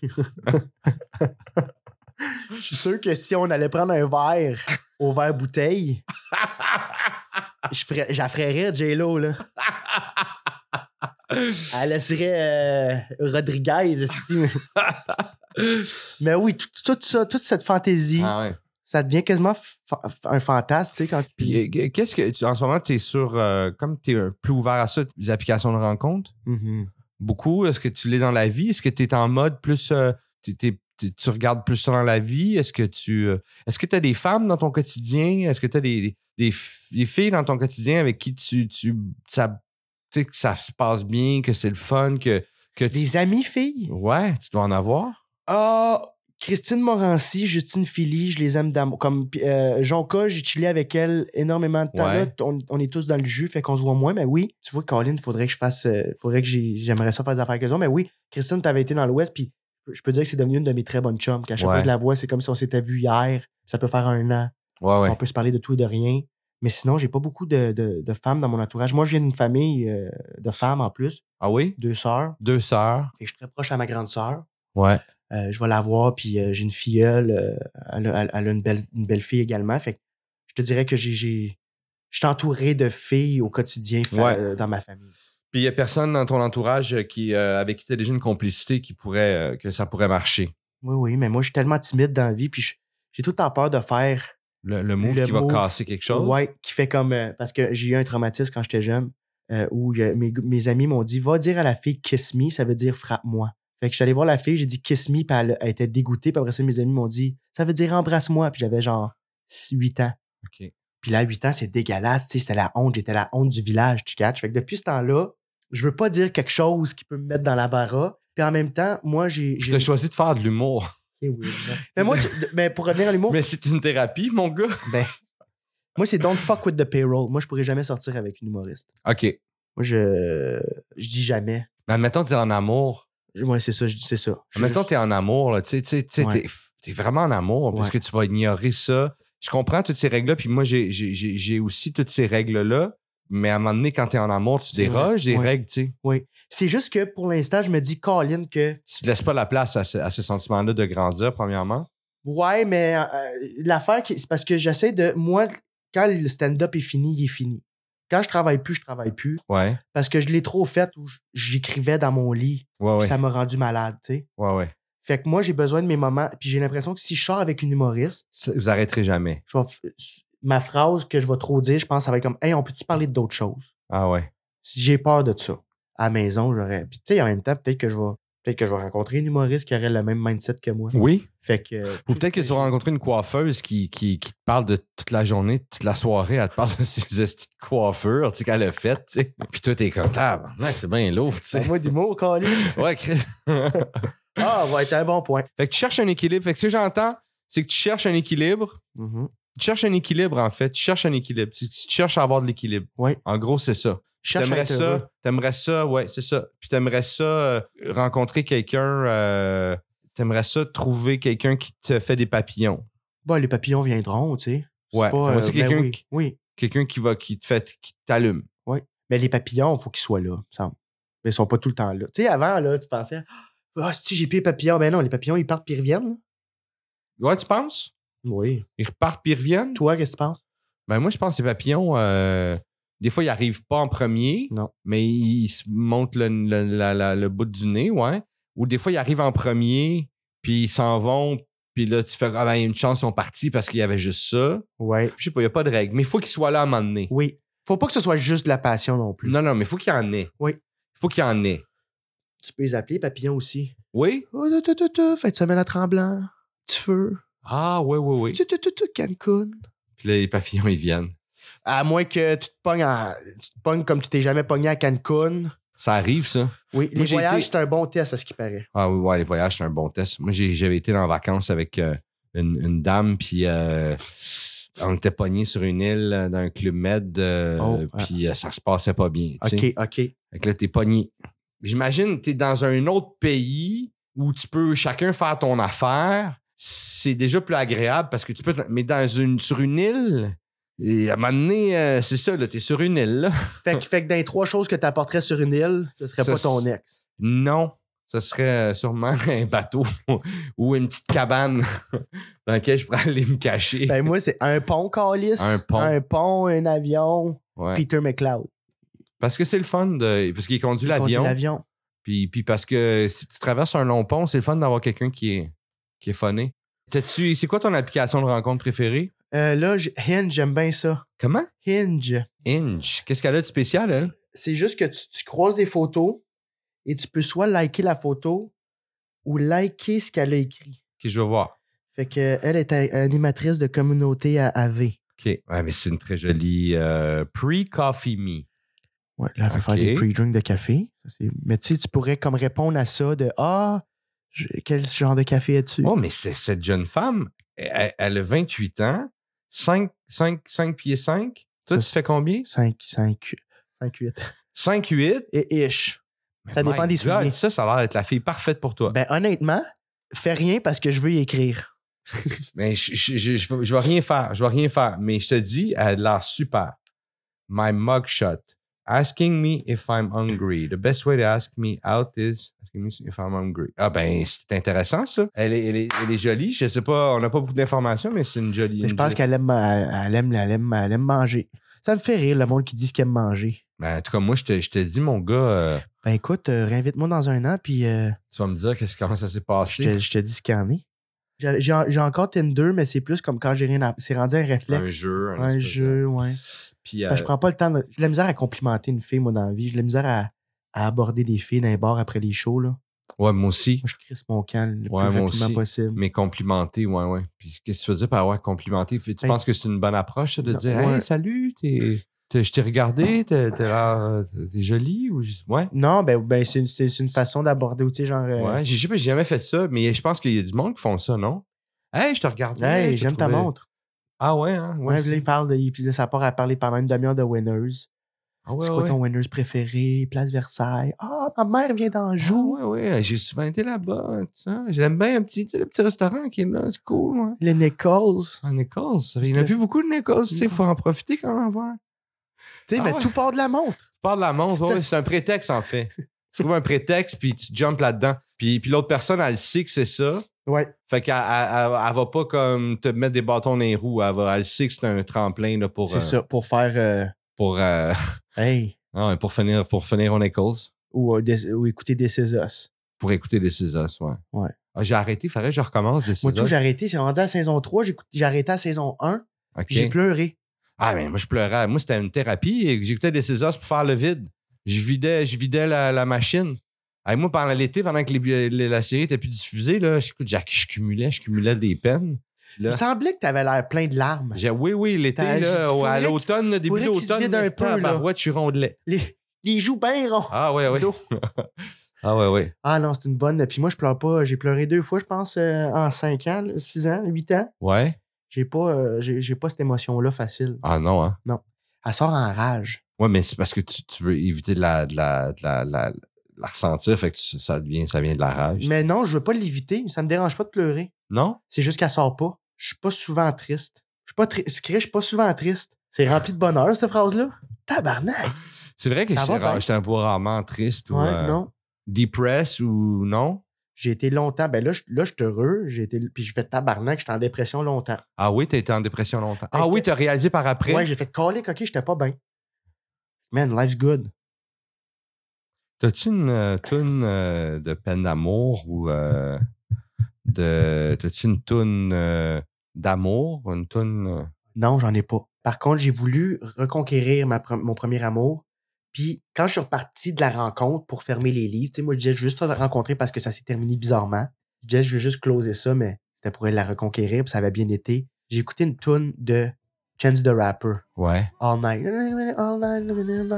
[SPEAKER 1] Je suis sûr que si on allait prendre un verre au verre bouteille, je ferais- j'affrairais J-Lo, là. Elle laisserait euh, Rodriguez, esti. Mais oui, tout, tout ça, toute cette fantaisie,
[SPEAKER 2] [LAUGHS] Ah ouais.
[SPEAKER 1] ça devient quasiment fa- un fantasme, tu sais, quand
[SPEAKER 2] Puis, euh, qu- qu'est-ce que. tu- en ce moment, t'es sur. euh, comme t'es euh, plus ouvert à ça, des applications de rencontre,
[SPEAKER 1] Mhm.
[SPEAKER 2] beaucoup. Est-ce que tu l'es dans la vie? Est-ce que t'es en mode plus. euh, t'es- t'es- t'es- tu regardes plus ça dans la vie? Est-ce que tu. euh, Est-ce que tu as des femmes dans ton quotidien? Est-ce que tu as des, des, f- des filles dans ton quotidien avec qui tu. tu ça, tu sais, que ça se passe bien, que c'est le fun, que, que tu.
[SPEAKER 1] Des amis filles?
[SPEAKER 2] Ouais, tu dois en avoir.
[SPEAKER 1] Ah, Christine Morancy, Justine Philly, je les aime d'amour. Comme euh, Jonca, j'ai chillé avec elle énormément de temps.
[SPEAKER 2] Ouais.
[SPEAKER 1] Là, t- on, on est tous dans le jus, fait qu'on se voit moins. Mais oui, tu vois, Colin, faudrait que je fasse. euh, faudrait que j'ai- j'aimerais ça faire des affaires avec eux autres. Mais oui, Christine, t'avais été dans l'Ouest, puis je peux dire que c'est devenu une de mes très bonnes chums. Qu'à chaque
[SPEAKER 2] Ouais.
[SPEAKER 1] fois que je la vois, c'est comme si on s'était vu hier. Ça peut faire un an.
[SPEAKER 2] Ouais, ouais.
[SPEAKER 1] On peut se parler de tout et de rien. Mais sinon, j'ai pas beaucoup de, de- de femmes dans mon entourage. Moi, je viens d'une famille euh, de femmes en plus,
[SPEAKER 2] Ah oui?
[SPEAKER 1] deux sœurs.
[SPEAKER 2] Deux sœurs.
[SPEAKER 1] Et je suis très proche à ma grande sœur.
[SPEAKER 2] Ouais.
[SPEAKER 1] Euh, je vais la voir, puis euh, j'ai une filleule. euh, elle, a- elle- elle a une belle, une belle fille également. Fait que je te dirais que j'ai- j'ai. Je suis entouré de filles au quotidien fa-
[SPEAKER 2] Ouais.
[SPEAKER 1] euh, dans ma famille.
[SPEAKER 2] Puis il n'y a personne dans ton entourage euh, qui, euh, avec qui tu as déjà une complicité qui pourrait, euh, que ça pourrait marcher.
[SPEAKER 1] Oui, oui, mais moi, je suis tellement timide dans la vie, puis je- j'ai tout le temps peur de faire.
[SPEAKER 2] Le, le move
[SPEAKER 1] Le
[SPEAKER 2] qui
[SPEAKER 1] move.
[SPEAKER 2] va casser quelque chose.
[SPEAKER 1] Ouais, qui fait comme. euh, parce que j'ai eu un traumatisme quand j'étais jeune, euh, où euh, mes, mes amis m'ont dit Va dire à la fille kiss me, ça veut dire frappe-moi. Fait que je suis allé voir la fille, j'ai dit kiss me, puis elle, elle était dégoûtée, puis après ça, mes amis m'ont dit Ça veut dire embrasse-moi, puis j'avais genre 8 ans.
[SPEAKER 2] OK.
[SPEAKER 1] Puis là, à 8 ans, c'est dégueulasse. Tu sais, c'était la honte. J'étais la honte du village, tu catches. Fait que depuis ce temps-là, je veux pas dire quelque chose qui peut me mettre dans la barra. Puis en même temps, moi, j'ai.
[SPEAKER 2] Je
[SPEAKER 1] j'ai-
[SPEAKER 2] t'ai choisi de faire de l'humour.
[SPEAKER 1] C'est weird, hein. mais moi, tu- mais pour revenir à l'humour,
[SPEAKER 2] Mais c'est une thérapie, mon gars.
[SPEAKER 1] moi, c'est don't fuck with the payroll. Moi, je pourrais jamais sortir avec une humoriste.
[SPEAKER 2] OK.
[SPEAKER 1] Moi, je. Je dis jamais.
[SPEAKER 2] Mais admettons, t'es en amour.
[SPEAKER 1] Je- Moi, c'est ça. je- C'est ça. Je-
[SPEAKER 2] Admettons, t'es en amour, là. Tu sais, tu sais, tu sais,
[SPEAKER 1] Ouais.
[SPEAKER 2] t'es- t'es vraiment en amour parce que tu vas ignorer ça. Je comprends toutes ces règles-là. Puis moi, j'ai- j'ai j'ai- j'ai aussi toutes ces règles-là. Mais à un moment donné, quand t'es en amour, tu
[SPEAKER 1] C'est vrai.
[SPEAKER 2] déroges des
[SPEAKER 1] Ouais.
[SPEAKER 2] règles, tu sais.
[SPEAKER 1] C'est juste que pour l'instant, je me dis, Colin, que.
[SPEAKER 2] Tu te laisses pas la place à ce, à ce sentiment-là de grandir, premièrement.
[SPEAKER 1] Ouais, mais euh, l'affaire, qui- c'est parce que j'essaie de. Moi, quand le stand-up est fini, il est fini. Quand je travaille plus, je travaille plus.
[SPEAKER 2] Ouais.
[SPEAKER 1] parce que je l'ai trop faite où j- j'écrivais dans mon lit.
[SPEAKER 2] Ouais,
[SPEAKER 1] puis
[SPEAKER 2] ouais.
[SPEAKER 1] Ça m'a rendu malade, tu sais.
[SPEAKER 2] Ouais, ouais.
[SPEAKER 1] Fait que moi, j'ai besoin de mes moments. Puis j'ai l'impression que si je sors avec une humoriste,
[SPEAKER 2] Ça, Vous arrêterez jamais.
[SPEAKER 1] je vais f- s- ma phrase que je vais trop dire, je pense, ça va être comme Hey, on peut-tu parler d'autres choses?
[SPEAKER 2] Ah ouais.
[SPEAKER 1] J'ai peur de ça. À la maison, j'aurais. Puis tu sais, en même temps, peut-être que je vais. Peut-être que je vais rencontrer une humoriste qui aurait le même mindset que moi.
[SPEAKER 2] Oui.
[SPEAKER 1] Fait que.
[SPEAKER 2] Ou peut-être que tu vas rencontrer une coiffeuse qui, qui, qui te parle de toute la journée, toute la soirée, elle te parle de [LAUGHS] ses estis de coiffure, tu sais, qu'elle a fait, tu sais. Puis toi, t'es comme, tabarnak, c'est bien lourd,
[SPEAKER 1] [LAUGHS]
[SPEAKER 2] tu sais.
[SPEAKER 1] Moi,
[SPEAKER 2] [LAUGHS]
[SPEAKER 1] d'humour, Calis.
[SPEAKER 2] Ouais, Chris.
[SPEAKER 1] Ah, ouais, t'as un bon point.
[SPEAKER 2] Fait que tu cherches un équilibre. Fait que ce que j'entends, c'est que tu cherches un équilibre.
[SPEAKER 1] Mhm.
[SPEAKER 2] Tu cherches un équilibre, en fait. Tu cherches un équilibre. Tu, tu cherches à avoir de l'équilibre.
[SPEAKER 1] Ouais.
[SPEAKER 2] En gros, c'est ça.
[SPEAKER 1] Je cherche à
[SPEAKER 2] T'aimerais
[SPEAKER 1] être heureux.
[SPEAKER 2] ça, t'aimerais ça, ouais, c'est ça. Puis t'aimerais ça euh, rencontrer quelqu'un, euh, t'aimerais ça trouver quelqu'un qui te fait des papillons.
[SPEAKER 1] Bon, les papillons viendront, tu sais. C'est
[SPEAKER 2] Ouais.
[SPEAKER 1] pas,
[SPEAKER 2] Moi,
[SPEAKER 1] euh,
[SPEAKER 2] c'est
[SPEAKER 1] ben
[SPEAKER 2] quelqu'un
[SPEAKER 1] oui,
[SPEAKER 2] qui-
[SPEAKER 1] oui.
[SPEAKER 2] Quelqu'un qui va, qui te fait, qui t'allume.
[SPEAKER 1] Mais les papillons, il faut qu'ils soient là, me semble. Mais ils sont pas tout le temps là. Tu sais, avant, là, tu pensais Ah, si j'ai plus les papillons, ben non, les papillons, ils partent puis ils reviennent.
[SPEAKER 2] Ouais, tu penses?
[SPEAKER 1] Oui.
[SPEAKER 2] Ils repartent puis ils reviennent?
[SPEAKER 1] Toi, qu'est-ce que tu penses?
[SPEAKER 2] Ben moi, je pense que les papillons, euh, des fois, ils arrivent pas en premier,
[SPEAKER 1] Non.
[SPEAKER 2] mais ils se montent le, le- la- la- le bout du nez, ouais. Ou des fois, ils arrivent en premier, puis ils s'en vont, puis là, tu fais, ah ben, il y a une chance, ils sont partis parce qu'il y avait juste ça.
[SPEAKER 1] Ouais.
[SPEAKER 2] Je sais pas, il n'y a pas de règle, mais il faut qu'ils soient là à un moment donné.
[SPEAKER 1] Oui. Faut pas que ce soit juste de la passion non plus.
[SPEAKER 2] Non, non, mais il faut qu'il y en ait.
[SPEAKER 1] Oui.
[SPEAKER 2] Il faut qu'il y en ait.
[SPEAKER 1] Tu peux les appeler papillons aussi.
[SPEAKER 2] Oui?
[SPEAKER 1] Oh, tu, tu, tu, tu, fête de semaine à tremblant. Petit feu.
[SPEAKER 2] Ah, oui, oui, oui.
[SPEAKER 1] Tu, tu, tu, tu, Cancun.
[SPEAKER 2] Puis là, les papillons, ils viennent.
[SPEAKER 1] À moins que tu te pognes, en- tu te pognes comme tu t'es jamais pogné à Cancun.
[SPEAKER 2] Ça arrive, ça.
[SPEAKER 1] Oui, les
[SPEAKER 2] j'ai
[SPEAKER 1] voyages,
[SPEAKER 2] été-
[SPEAKER 1] c'est un bon test à ce qui paraît.
[SPEAKER 2] Ah oui, ouais, les voyages, c'est un bon test. Moi, j'ai- j'avais été en vacances avec euh, une, une dame, puis euh, on était pognés sur une île euh, dans un club med, euh,
[SPEAKER 1] Oh, ah.
[SPEAKER 2] puis euh, ça se passait pas bien. tu sais.
[SPEAKER 1] OK, OK.
[SPEAKER 2] Fait que là, t'es pogné. J'imagine, t'es dans un autre pays où tu peux chacun faire ton affaire. C'est déjà plus agréable parce que tu peux. te- Mais dans une, sur une île, et à un moment donné, euh, c'est ça, là, t'es sur une île, là.
[SPEAKER 1] Fait que, fait que dans les trois choses que tu apporterais sur une île, ce serait
[SPEAKER 2] Ça,
[SPEAKER 1] pas ton
[SPEAKER 2] c'est-
[SPEAKER 1] ex.
[SPEAKER 2] Non, ce serait euh, sûrement [LAUGHS] un bateau ou une petite cabane [LAUGHS] dans laquelle je pourrais aller me cacher.
[SPEAKER 1] Ben moi, c'est un pont, Calis.
[SPEAKER 2] Un pont.
[SPEAKER 1] Un pont, un avion.
[SPEAKER 2] Ouais.
[SPEAKER 1] Peter McLeod.
[SPEAKER 2] Parce que c'est le fun de. Parce qu'il conduit
[SPEAKER 1] Conduit
[SPEAKER 2] l'avion.
[SPEAKER 1] L'avion.
[SPEAKER 2] Puis, puis parce que si tu traverses un long pont, c'est le fun d'avoir quelqu'un qui est, qui est funné. T'as-tu, c'est quoi ton application de rencontre préférée?
[SPEAKER 1] Euh, là, j- Hinge, j'aime bien ça.
[SPEAKER 2] Comment?
[SPEAKER 1] Hinge.
[SPEAKER 2] Inge. Qu'est-ce qu'elle a de spécial, elle?
[SPEAKER 1] C'est juste que tu, tu croises des photos et tu peux soit liker la photo ou liker ce qu'elle a écrit.
[SPEAKER 2] Que je veux voir.
[SPEAKER 1] Fait que elle est a- animatrice de communauté à AV.
[SPEAKER 2] OK. Ouais, mais c'est une très jolie euh, pre-coffee me.
[SPEAKER 1] Ouais, là, elle va faire
[SPEAKER 2] Ok.
[SPEAKER 1] des pre-drinks de café. Ça, c'est- Mais tu sais, tu pourrais comme répondre à ça de Ah, je- quel genre de café es-tu?
[SPEAKER 2] Oh, mais c'est cette jeune femme, elle, elle a 28 ans, 5, 5, 5 pieds 5. Toi,
[SPEAKER 1] Ça,
[SPEAKER 2] tu fais combien?
[SPEAKER 1] 5, 5, 5, 8.
[SPEAKER 2] 5, 8.
[SPEAKER 1] Et ish. Ça dépend des souliers.
[SPEAKER 2] Ça, ça a l'air d'être la fille parfaite pour toi.
[SPEAKER 1] Ben honnêtement, fais rien parce que je veux y écrire.
[SPEAKER 2] Mais je, je, je, je vais- je vais rien faire. Je vais rien faire. Mais je te dis, elle a l'air super. My mugshot. Asking me if I'm hungry. The best way to ask me out is asking me if I'm hungry. Ah ben, c'est intéressant ça. Elle est, elle est, elle est jolie. Je sais pas, on n'a pas beaucoup d'informations, mais c'est une jolie.
[SPEAKER 1] Mais je
[SPEAKER 2] une
[SPEAKER 1] pense
[SPEAKER 2] jolie-
[SPEAKER 1] qu'elle aime, elle aime, elle aime, elle aime manger. Ça me fait rire le monde qui dit ce qu'elle aime manger.
[SPEAKER 2] Ben, en tout cas, moi, je te, je te dis, mon gars, euh,
[SPEAKER 1] Ben écoute, euh, réinvite-moi dans un an puis euh,
[SPEAKER 2] tu vas me dire qu'est-ce comment ça s'est
[SPEAKER 1] je,
[SPEAKER 2] passé.
[SPEAKER 1] te, je te dis ce qu'il y en est. Ah, J'ai j'ai en- j'ai encore Tinder, mais c'est plus comme quand j'ai rien à... C'est rendu un
[SPEAKER 2] Un
[SPEAKER 1] réflexe.
[SPEAKER 2] jeu, un,
[SPEAKER 1] Un
[SPEAKER 2] espèce de-
[SPEAKER 1] jeu, ouais.
[SPEAKER 2] Puis,
[SPEAKER 1] Parce que
[SPEAKER 2] euh,
[SPEAKER 1] je prends pas le temps de... J'ai de la misère à complimenter une fille, moi, dans la vie. J'ai de la misère à, à aborder des filles dans les bars après les shows, là. Moi,
[SPEAKER 2] ouais, moi aussi.
[SPEAKER 1] je crisse mon camp le plus
[SPEAKER 2] Ouais, moi
[SPEAKER 1] rapidement
[SPEAKER 2] aussi.
[SPEAKER 1] possible.
[SPEAKER 2] Mais complimenter, ouais, ouais. Puis qu'est-ce que tu veux dire par avoir complimenté? Fait- Tu
[SPEAKER 1] Ben,
[SPEAKER 2] penses que c'est une bonne approche ça, de
[SPEAKER 1] non,
[SPEAKER 2] dire
[SPEAKER 1] ouais.
[SPEAKER 2] Hey, salut, t'es- t'es- je t'ai regardé, t'es t'as l'air, euh, t'es jolie ou je- ouais.
[SPEAKER 1] Non, ben, ben c'est une, c'est une façon d'aborder, ou tu sais, genre... euh,
[SPEAKER 2] Ouais, j'ai je sais pas, j'ai jamais fait ça, mais je pense qu'il y a du monde qui font ça, non? Hey, je te regarde.
[SPEAKER 1] Hey, j'aime ta montre.
[SPEAKER 2] Ah ouais, hein? Ouais,
[SPEAKER 1] Ouais, puis
[SPEAKER 2] c'est-
[SPEAKER 1] là, il parle de, il- puis là, ça part à parler pendant une demi-heure de winners.
[SPEAKER 2] ah ouais,
[SPEAKER 1] c'est quoi
[SPEAKER 2] ouais.
[SPEAKER 1] ton winners préféré? Place Versailles. Ah, ma mère vient
[SPEAKER 2] Ah
[SPEAKER 1] d'Anjou.
[SPEAKER 2] ouais, ouais, j'ai souvent été là-bas, tu sais. J'aime bien un petit, tu sais, le petit restaurant qui est là, c'est cool, ouais.
[SPEAKER 1] Le Nichols.
[SPEAKER 2] En Écosse. Il n'y en a
[SPEAKER 1] Le-
[SPEAKER 2] plus beaucoup de Nichols, tu sais, faut en profiter quand on en voit.
[SPEAKER 1] Tu sais,
[SPEAKER 2] Ah
[SPEAKER 1] mais
[SPEAKER 2] ouais.
[SPEAKER 1] tout part de la montre.
[SPEAKER 2] Tu parles de la montre,
[SPEAKER 1] C'est
[SPEAKER 2] ouais,
[SPEAKER 1] un-
[SPEAKER 2] c'est un prétexte en fait. tu trouves un prétexte puis tu jumps là-dedans. Puis, puis l'autre personne, elle sait que c'est ça.
[SPEAKER 1] Ouais.
[SPEAKER 2] Fait qu'elle elle, elle- elle va pas comme te mettre des bâtons dans les roues. Elle, va, elle sait que c'est un tremplin là, pour,
[SPEAKER 1] C'est
[SPEAKER 2] euh,
[SPEAKER 1] ça, pour faire. euh,
[SPEAKER 2] pour, euh, [LAUGHS]
[SPEAKER 1] hey.
[SPEAKER 2] non, pour, finir, pour finir on Eccles,
[SPEAKER 1] Ou, euh, des- ou écouter des Césos.
[SPEAKER 2] pour écouter les Césars. Ouais.
[SPEAKER 1] Ouais.
[SPEAKER 2] Ah, j'ai arrêté, il faudrait que je recommence de
[SPEAKER 1] Moi,
[SPEAKER 2] ça.
[SPEAKER 1] tout, j'ai arrêté. C'est rendu à la saison 3, j'ai écouté- j'ai arrêté à la saison 1,
[SPEAKER 2] Ok.
[SPEAKER 1] puis j'ai pleuré.
[SPEAKER 2] Ah, mais moi, je pleurais. Moi, c'était une thérapie et j'écoutais des Césars pour faire le vide. Je vidais, je vidais la, la machine. Et moi, pendant l'été, pendant que les- les- la série était plus diffusée, là, j'écoute, j'ac- je cumulais, je cumulais des peines.
[SPEAKER 1] Il
[SPEAKER 2] Là.
[SPEAKER 1] me semblait que t'avais l'air plein de larmes.
[SPEAKER 2] J'ai, oui, oui, l'été,
[SPEAKER 1] T'as- j'ai dit,
[SPEAKER 2] là, au- à
[SPEAKER 1] faudrait
[SPEAKER 2] l'automne, là, début
[SPEAKER 1] faudrait qu'il se
[SPEAKER 2] d'automne,
[SPEAKER 1] vide un
[SPEAKER 2] là,
[SPEAKER 1] peu,
[SPEAKER 2] j'étais à
[SPEAKER 1] là.
[SPEAKER 2] Barouette, je rondelais.
[SPEAKER 1] Les, les joues bien ronds.
[SPEAKER 2] Ah, ouais, ouais.
[SPEAKER 1] Dos.
[SPEAKER 2] Ah, ouais, ouais.
[SPEAKER 1] Ah non, c'est une bonne. Puis moi, je pleure pas. J'ai pleuré deux fois, je pense, euh, en 5 ans, 6 ans, 8 ans.
[SPEAKER 2] Ouais.
[SPEAKER 1] J'ai pas, euh, j'ai j'ai pas cette émotion-là facile.
[SPEAKER 2] Ah, non, hein.
[SPEAKER 1] Elle sort en rage.
[SPEAKER 2] Ouais, mais c'est parce que tu, tu veux éviter de la, de la, de la, de la, de la ressentir, fait que tu- ça, devient, ça vient de la rage.
[SPEAKER 1] Mais non, je veux pas l'éviter. Ça me dérange pas de pleurer.
[SPEAKER 2] Non?
[SPEAKER 1] C'est juste qu'elle sort pas. Je suis pas souvent triste. Je suis pas triste. Je suis pas souvent triste. C'est rempli de bonheur, cette phrase-là. Tabarnak!
[SPEAKER 2] C'est vrai que
[SPEAKER 1] Ça va
[SPEAKER 2] j'étais ra-
[SPEAKER 1] bien.
[SPEAKER 2] j'étais un vois rarement triste ou
[SPEAKER 1] Ouais,
[SPEAKER 2] euh,
[SPEAKER 1] non.
[SPEAKER 2] depressed ou non.
[SPEAKER 1] J'ai été longtemps. Ben là, je, là, je suis heureux. J'ai été, puis je fais tabarnak, j'étais en dépression longtemps.
[SPEAKER 2] Ah oui, t'as été en dépression longtemps.
[SPEAKER 1] Ben,
[SPEAKER 2] Ah oui, t'as réalisé par après.
[SPEAKER 1] Ouais, j'ai fait colique, ok, j'étais pas bien. Man, life's good.
[SPEAKER 2] T'as-tu une euh, toune euh, de peine d'amour ou euh, de. T'as-tu une toune euh, d'amour? Une toune. euh,
[SPEAKER 1] Non, j'en ai pas. Par contre, j'ai voulu reconquérir ma pre- mon premier amour. Puis quand je suis reparti de la rencontre pour fermer les livres, tu sais, moi, je disais, je veux juste te rencontrer parce que ça s'est terminé bizarrement. Je disais, je veux juste closer ça, mais c'était pour la reconquérir, puis ça avait bien été. J'ai écouté une tune de Chance the Rapper.
[SPEAKER 2] Ouais.
[SPEAKER 1] All night. All night.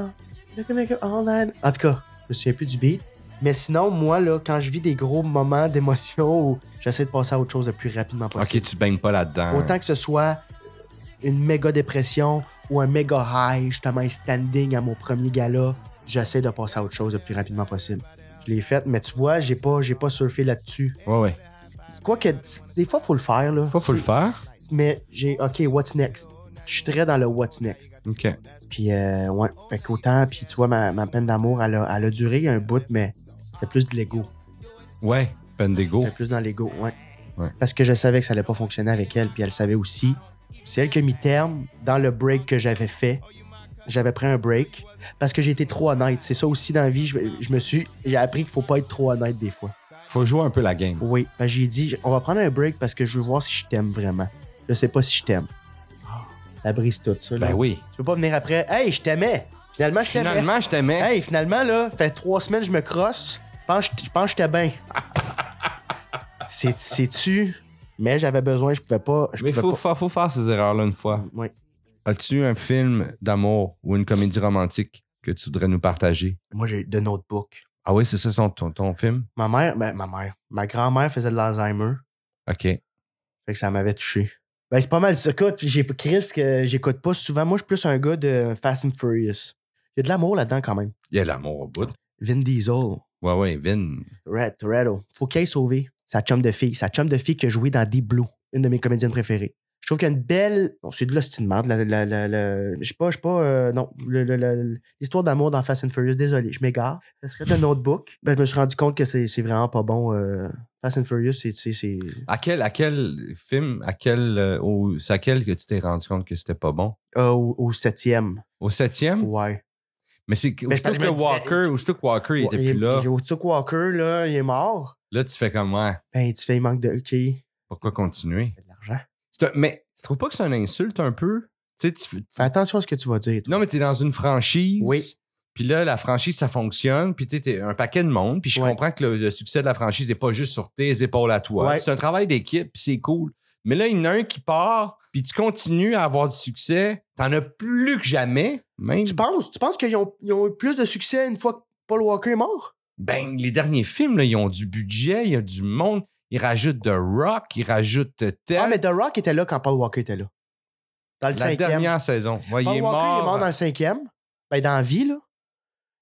[SPEAKER 1] Look at me go all night. En tout cas, je me souviens plus du beat. Mais sinon, moi, là, quand je vis des gros moments d'émotion, [LAUGHS] où j'essaie de passer à autre chose le plus rapidement possible.
[SPEAKER 2] Ok, tu te baignes pas là-dedans.
[SPEAKER 1] Autant que ce soit une méga dépression ou un méga high, justement, standing à mon premier gala, j'essaie de passer à autre chose le plus rapidement possible. Je l'ai fait, mais tu vois, j'ai pas, j'ai pas surfé là-dessus.
[SPEAKER 2] Ouais, ouais.
[SPEAKER 1] Quoique, des fois, faut le faire, là.
[SPEAKER 2] Faut, faut le faire.
[SPEAKER 1] Mais j'ai, OK, what's next? Je suis très dans le what's next.
[SPEAKER 2] Ok.
[SPEAKER 1] Puis, euh, ouais, fait qu'autant, puis tu vois, ma, ma peine d'amour, elle a, elle a duré un bout, mais c'était plus de l'ego.
[SPEAKER 2] Ouais. Peine d'ego.
[SPEAKER 1] C'était plus dans l'ego, ouais.
[SPEAKER 2] Ouais.
[SPEAKER 1] Parce que je savais que ça allait pas fonctionner avec elle, puis elle savait aussi. C'est elle qui a mis terme dans le break que j'avais fait. J'avais pris un break parce que j'ai été trop honnête. C'est ça aussi dans la vie. Je, je me suis. J'ai appris qu'il faut pas être trop honnête des fois.
[SPEAKER 2] Faut jouer un peu la game.
[SPEAKER 1] Oui. Parce que j'ai dit, j- on va prendre un break parce que je veux voir si je t'aime vraiment. Je sais pas si je t'aime. Ça brise tout ça. là.
[SPEAKER 2] Ah. Ben oui.
[SPEAKER 1] Tu peux pas venir après. Hey, je t'aimais. Finalement,
[SPEAKER 2] Ah,
[SPEAKER 1] je t'aimais.
[SPEAKER 2] Finalement, je t'aimais.
[SPEAKER 1] Hey, finalement, là, fait trois semaines je me crosse. Je pense que- je pense que j'étais
[SPEAKER 2] [LAUGHS]
[SPEAKER 1] bien. C'est- C'est-tu? Mais j'avais besoin, je pouvais pas. Je
[SPEAKER 2] Mais
[SPEAKER 1] pouvais
[SPEAKER 2] faut,
[SPEAKER 1] pas.
[SPEAKER 2] fa- faut faire ces erreurs-là une fois.
[SPEAKER 1] Ouais.
[SPEAKER 2] As-tu un film d'amour ou une comédie romantique que tu voudrais nous partager?
[SPEAKER 1] Moi, j'ai de notebook.
[SPEAKER 2] Ah oui, c'est ça son- ton, ton film?
[SPEAKER 1] Ma mère, ben, ma mère, ma grand-mère faisait de l'Alzheimer.
[SPEAKER 2] OK.
[SPEAKER 1] Fait que ça m'avait touché. Ben, c'est pas mal ça, écoute. Puis j'ai Chris que j'écoute pas souvent. Moi, je suis plus un gars de Fast and Furious. Il y a de l'amour là-dedans quand même.
[SPEAKER 2] Il y a l'amour au bout.
[SPEAKER 1] Vin Diesel.
[SPEAKER 2] Ouais, ouais, Vin.
[SPEAKER 1] Red, Toretto. Faut qu'il aille sauver sa chum de fille. Sa chum de fille qui a joué dans Deep Blue, une de mes comédiennes préférées. Je trouve qu'il y a une belle. Bon, c'est de l'ostinement. de la- la- la- la- Je sais pas, je sais pas. euh, non, le- le- le- l'histoire d'amour dans Fast and Furious, désolé, je m'égare. Ça serait un notebook. Ben, je me suis rendu compte que c'est c'est vraiment pas bon. euh, Fast and Furious, c'est. c'est- c'est-
[SPEAKER 2] À quel, à quel film, à quel, euh, au- c'est à quel que tu t'es rendu compte que c'était pas bon?
[SPEAKER 1] euh, au, au septième.
[SPEAKER 2] Au septième?
[SPEAKER 1] Ouais.
[SPEAKER 2] Mais c'est que-
[SPEAKER 1] Mais
[SPEAKER 2] aussitôt
[SPEAKER 1] je
[SPEAKER 2] que
[SPEAKER 1] me disais-
[SPEAKER 2] Walker, aussitôt que Walker, il était
[SPEAKER 1] est-
[SPEAKER 2] plus là.
[SPEAKER 1] Au Tuck Walker, là, il est mort.
[SPEAKER 2] Là, tu fais comme, ouais,
[SPEAKER 1] Ben, tu fais, il manque de. OK. il
[SPEAKER 2] pourquoi continuer?
[SPEAKER 1] y a de l'argent.
[SPEAKER 2] C'est un- mais tu trouves pas que c'est une insulte un peu? Tu sais, tu-
[SPEAKER 1] Fais attention à ce que tu vas dire. toi.
[SPEAKER 2] non, mais t'es dans une franchise.
[SPEAKER 1] Oui.
[SPEAKER 2] Puis là, la franchise, ça fonctionne. Puis tu sais, t'es un paquet de monde. Puis je
[SPEAKER 1] Ouais.
[SPEAKER 2] comprends que le, le succès de la franchise n'est pas juste sur tes épaules à toi.
[SPEAKER 1] Ouais.
[SPEAKER 2] C'est un travail d'équipe, puis c'est cool. Mais là, il y en a un qui part, puis tu continues à avoir du succès. T'en as plus que jamais. Même.
[SPEAKER 1] Tu penses? Tu penses qu'ils ont, ils ont eu plus de succès une fois que Paul Walker est mort? Ah,
[SPEAKER 2] Ben, les derniers films, là, ils ont du budget, il y a du monde. Ils rajoutent de rock, ils rajoutent de tel.
[SPEAKER 1] Ah, mais The Rock était là quand Paul Walker était là. Dans le
[SPEAKER 2] la
[SPEAKER 1] cinquième.
[SPEAKER 2] dernière saison. Ouais, il
[SPEAKER 1] Paul Walker
[SPEAKER 2] est mort.
[SPEAKER 1] il est mort dans le cinquième. Ben, dans la vie, là.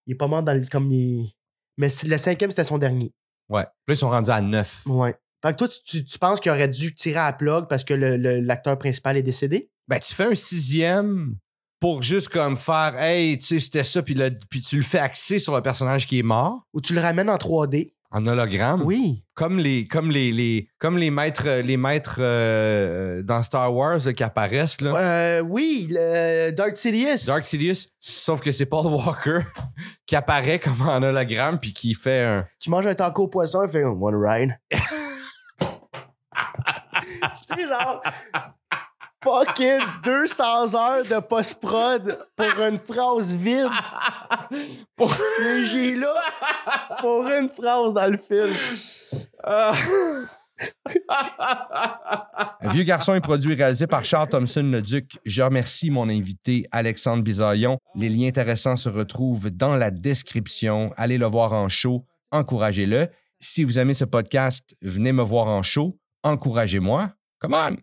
[SPEAKER 1] Il est pas mort dans le. Comme il... Mais c'est- le cinquième, c'était son dernier.
[SPEAKER 2] Ouais. Puis Là, ils sont rendus à neuf.
[SPEAKER 1] Ouais. Fait que toi, tu, tu- tu penses qu'il aurait dû tirer à la plug parce que le- le- l'acteur principal est décédé?
[SPEAKER 2] ben tu fais un sixième pour juste comme faire hey tu sais c'était ça puis là puis tu le fais axer sur le personnage qui est mort
[SPEAKER 1] Ou tu le ramènes en 3D?
[SPEAKER 2] en hologramme
[SPEAKER 1] Oui.
[SPEAKER 2] comme les comme les, les comme les maîtres les maîtres euh, dans Star Wars là, qui apparaissent là
[SPEAKER 1] Euh, oui, le Dark Sidious.
[SPEAKER 2] Dark Sidious sauf que c'est Paul Walker [LAUGHS] qui apparaît comme en hologramme puis qui fait un
[SPEAKER 1] Qui mange un taco au poisson et fait One ride. investi genre fucking 200 heures de post-prod pour une phrase vide.
[SPEAKER 4] Pour-
[SPEAKER 1] Et j'ai là pour une phrase dans le film.
[SPEAKER 2] Un Vieux garçon est produit et réalisé par Charles Thompson Leduc. Je remercie mon invité Alexandre Bisaillon. Les liens intéressants se retrouvent dans la description. Allez le voir en show, encouragez-le. Si vous aimez ce podcast, venez me voir en show, encouragez-moi. Come on!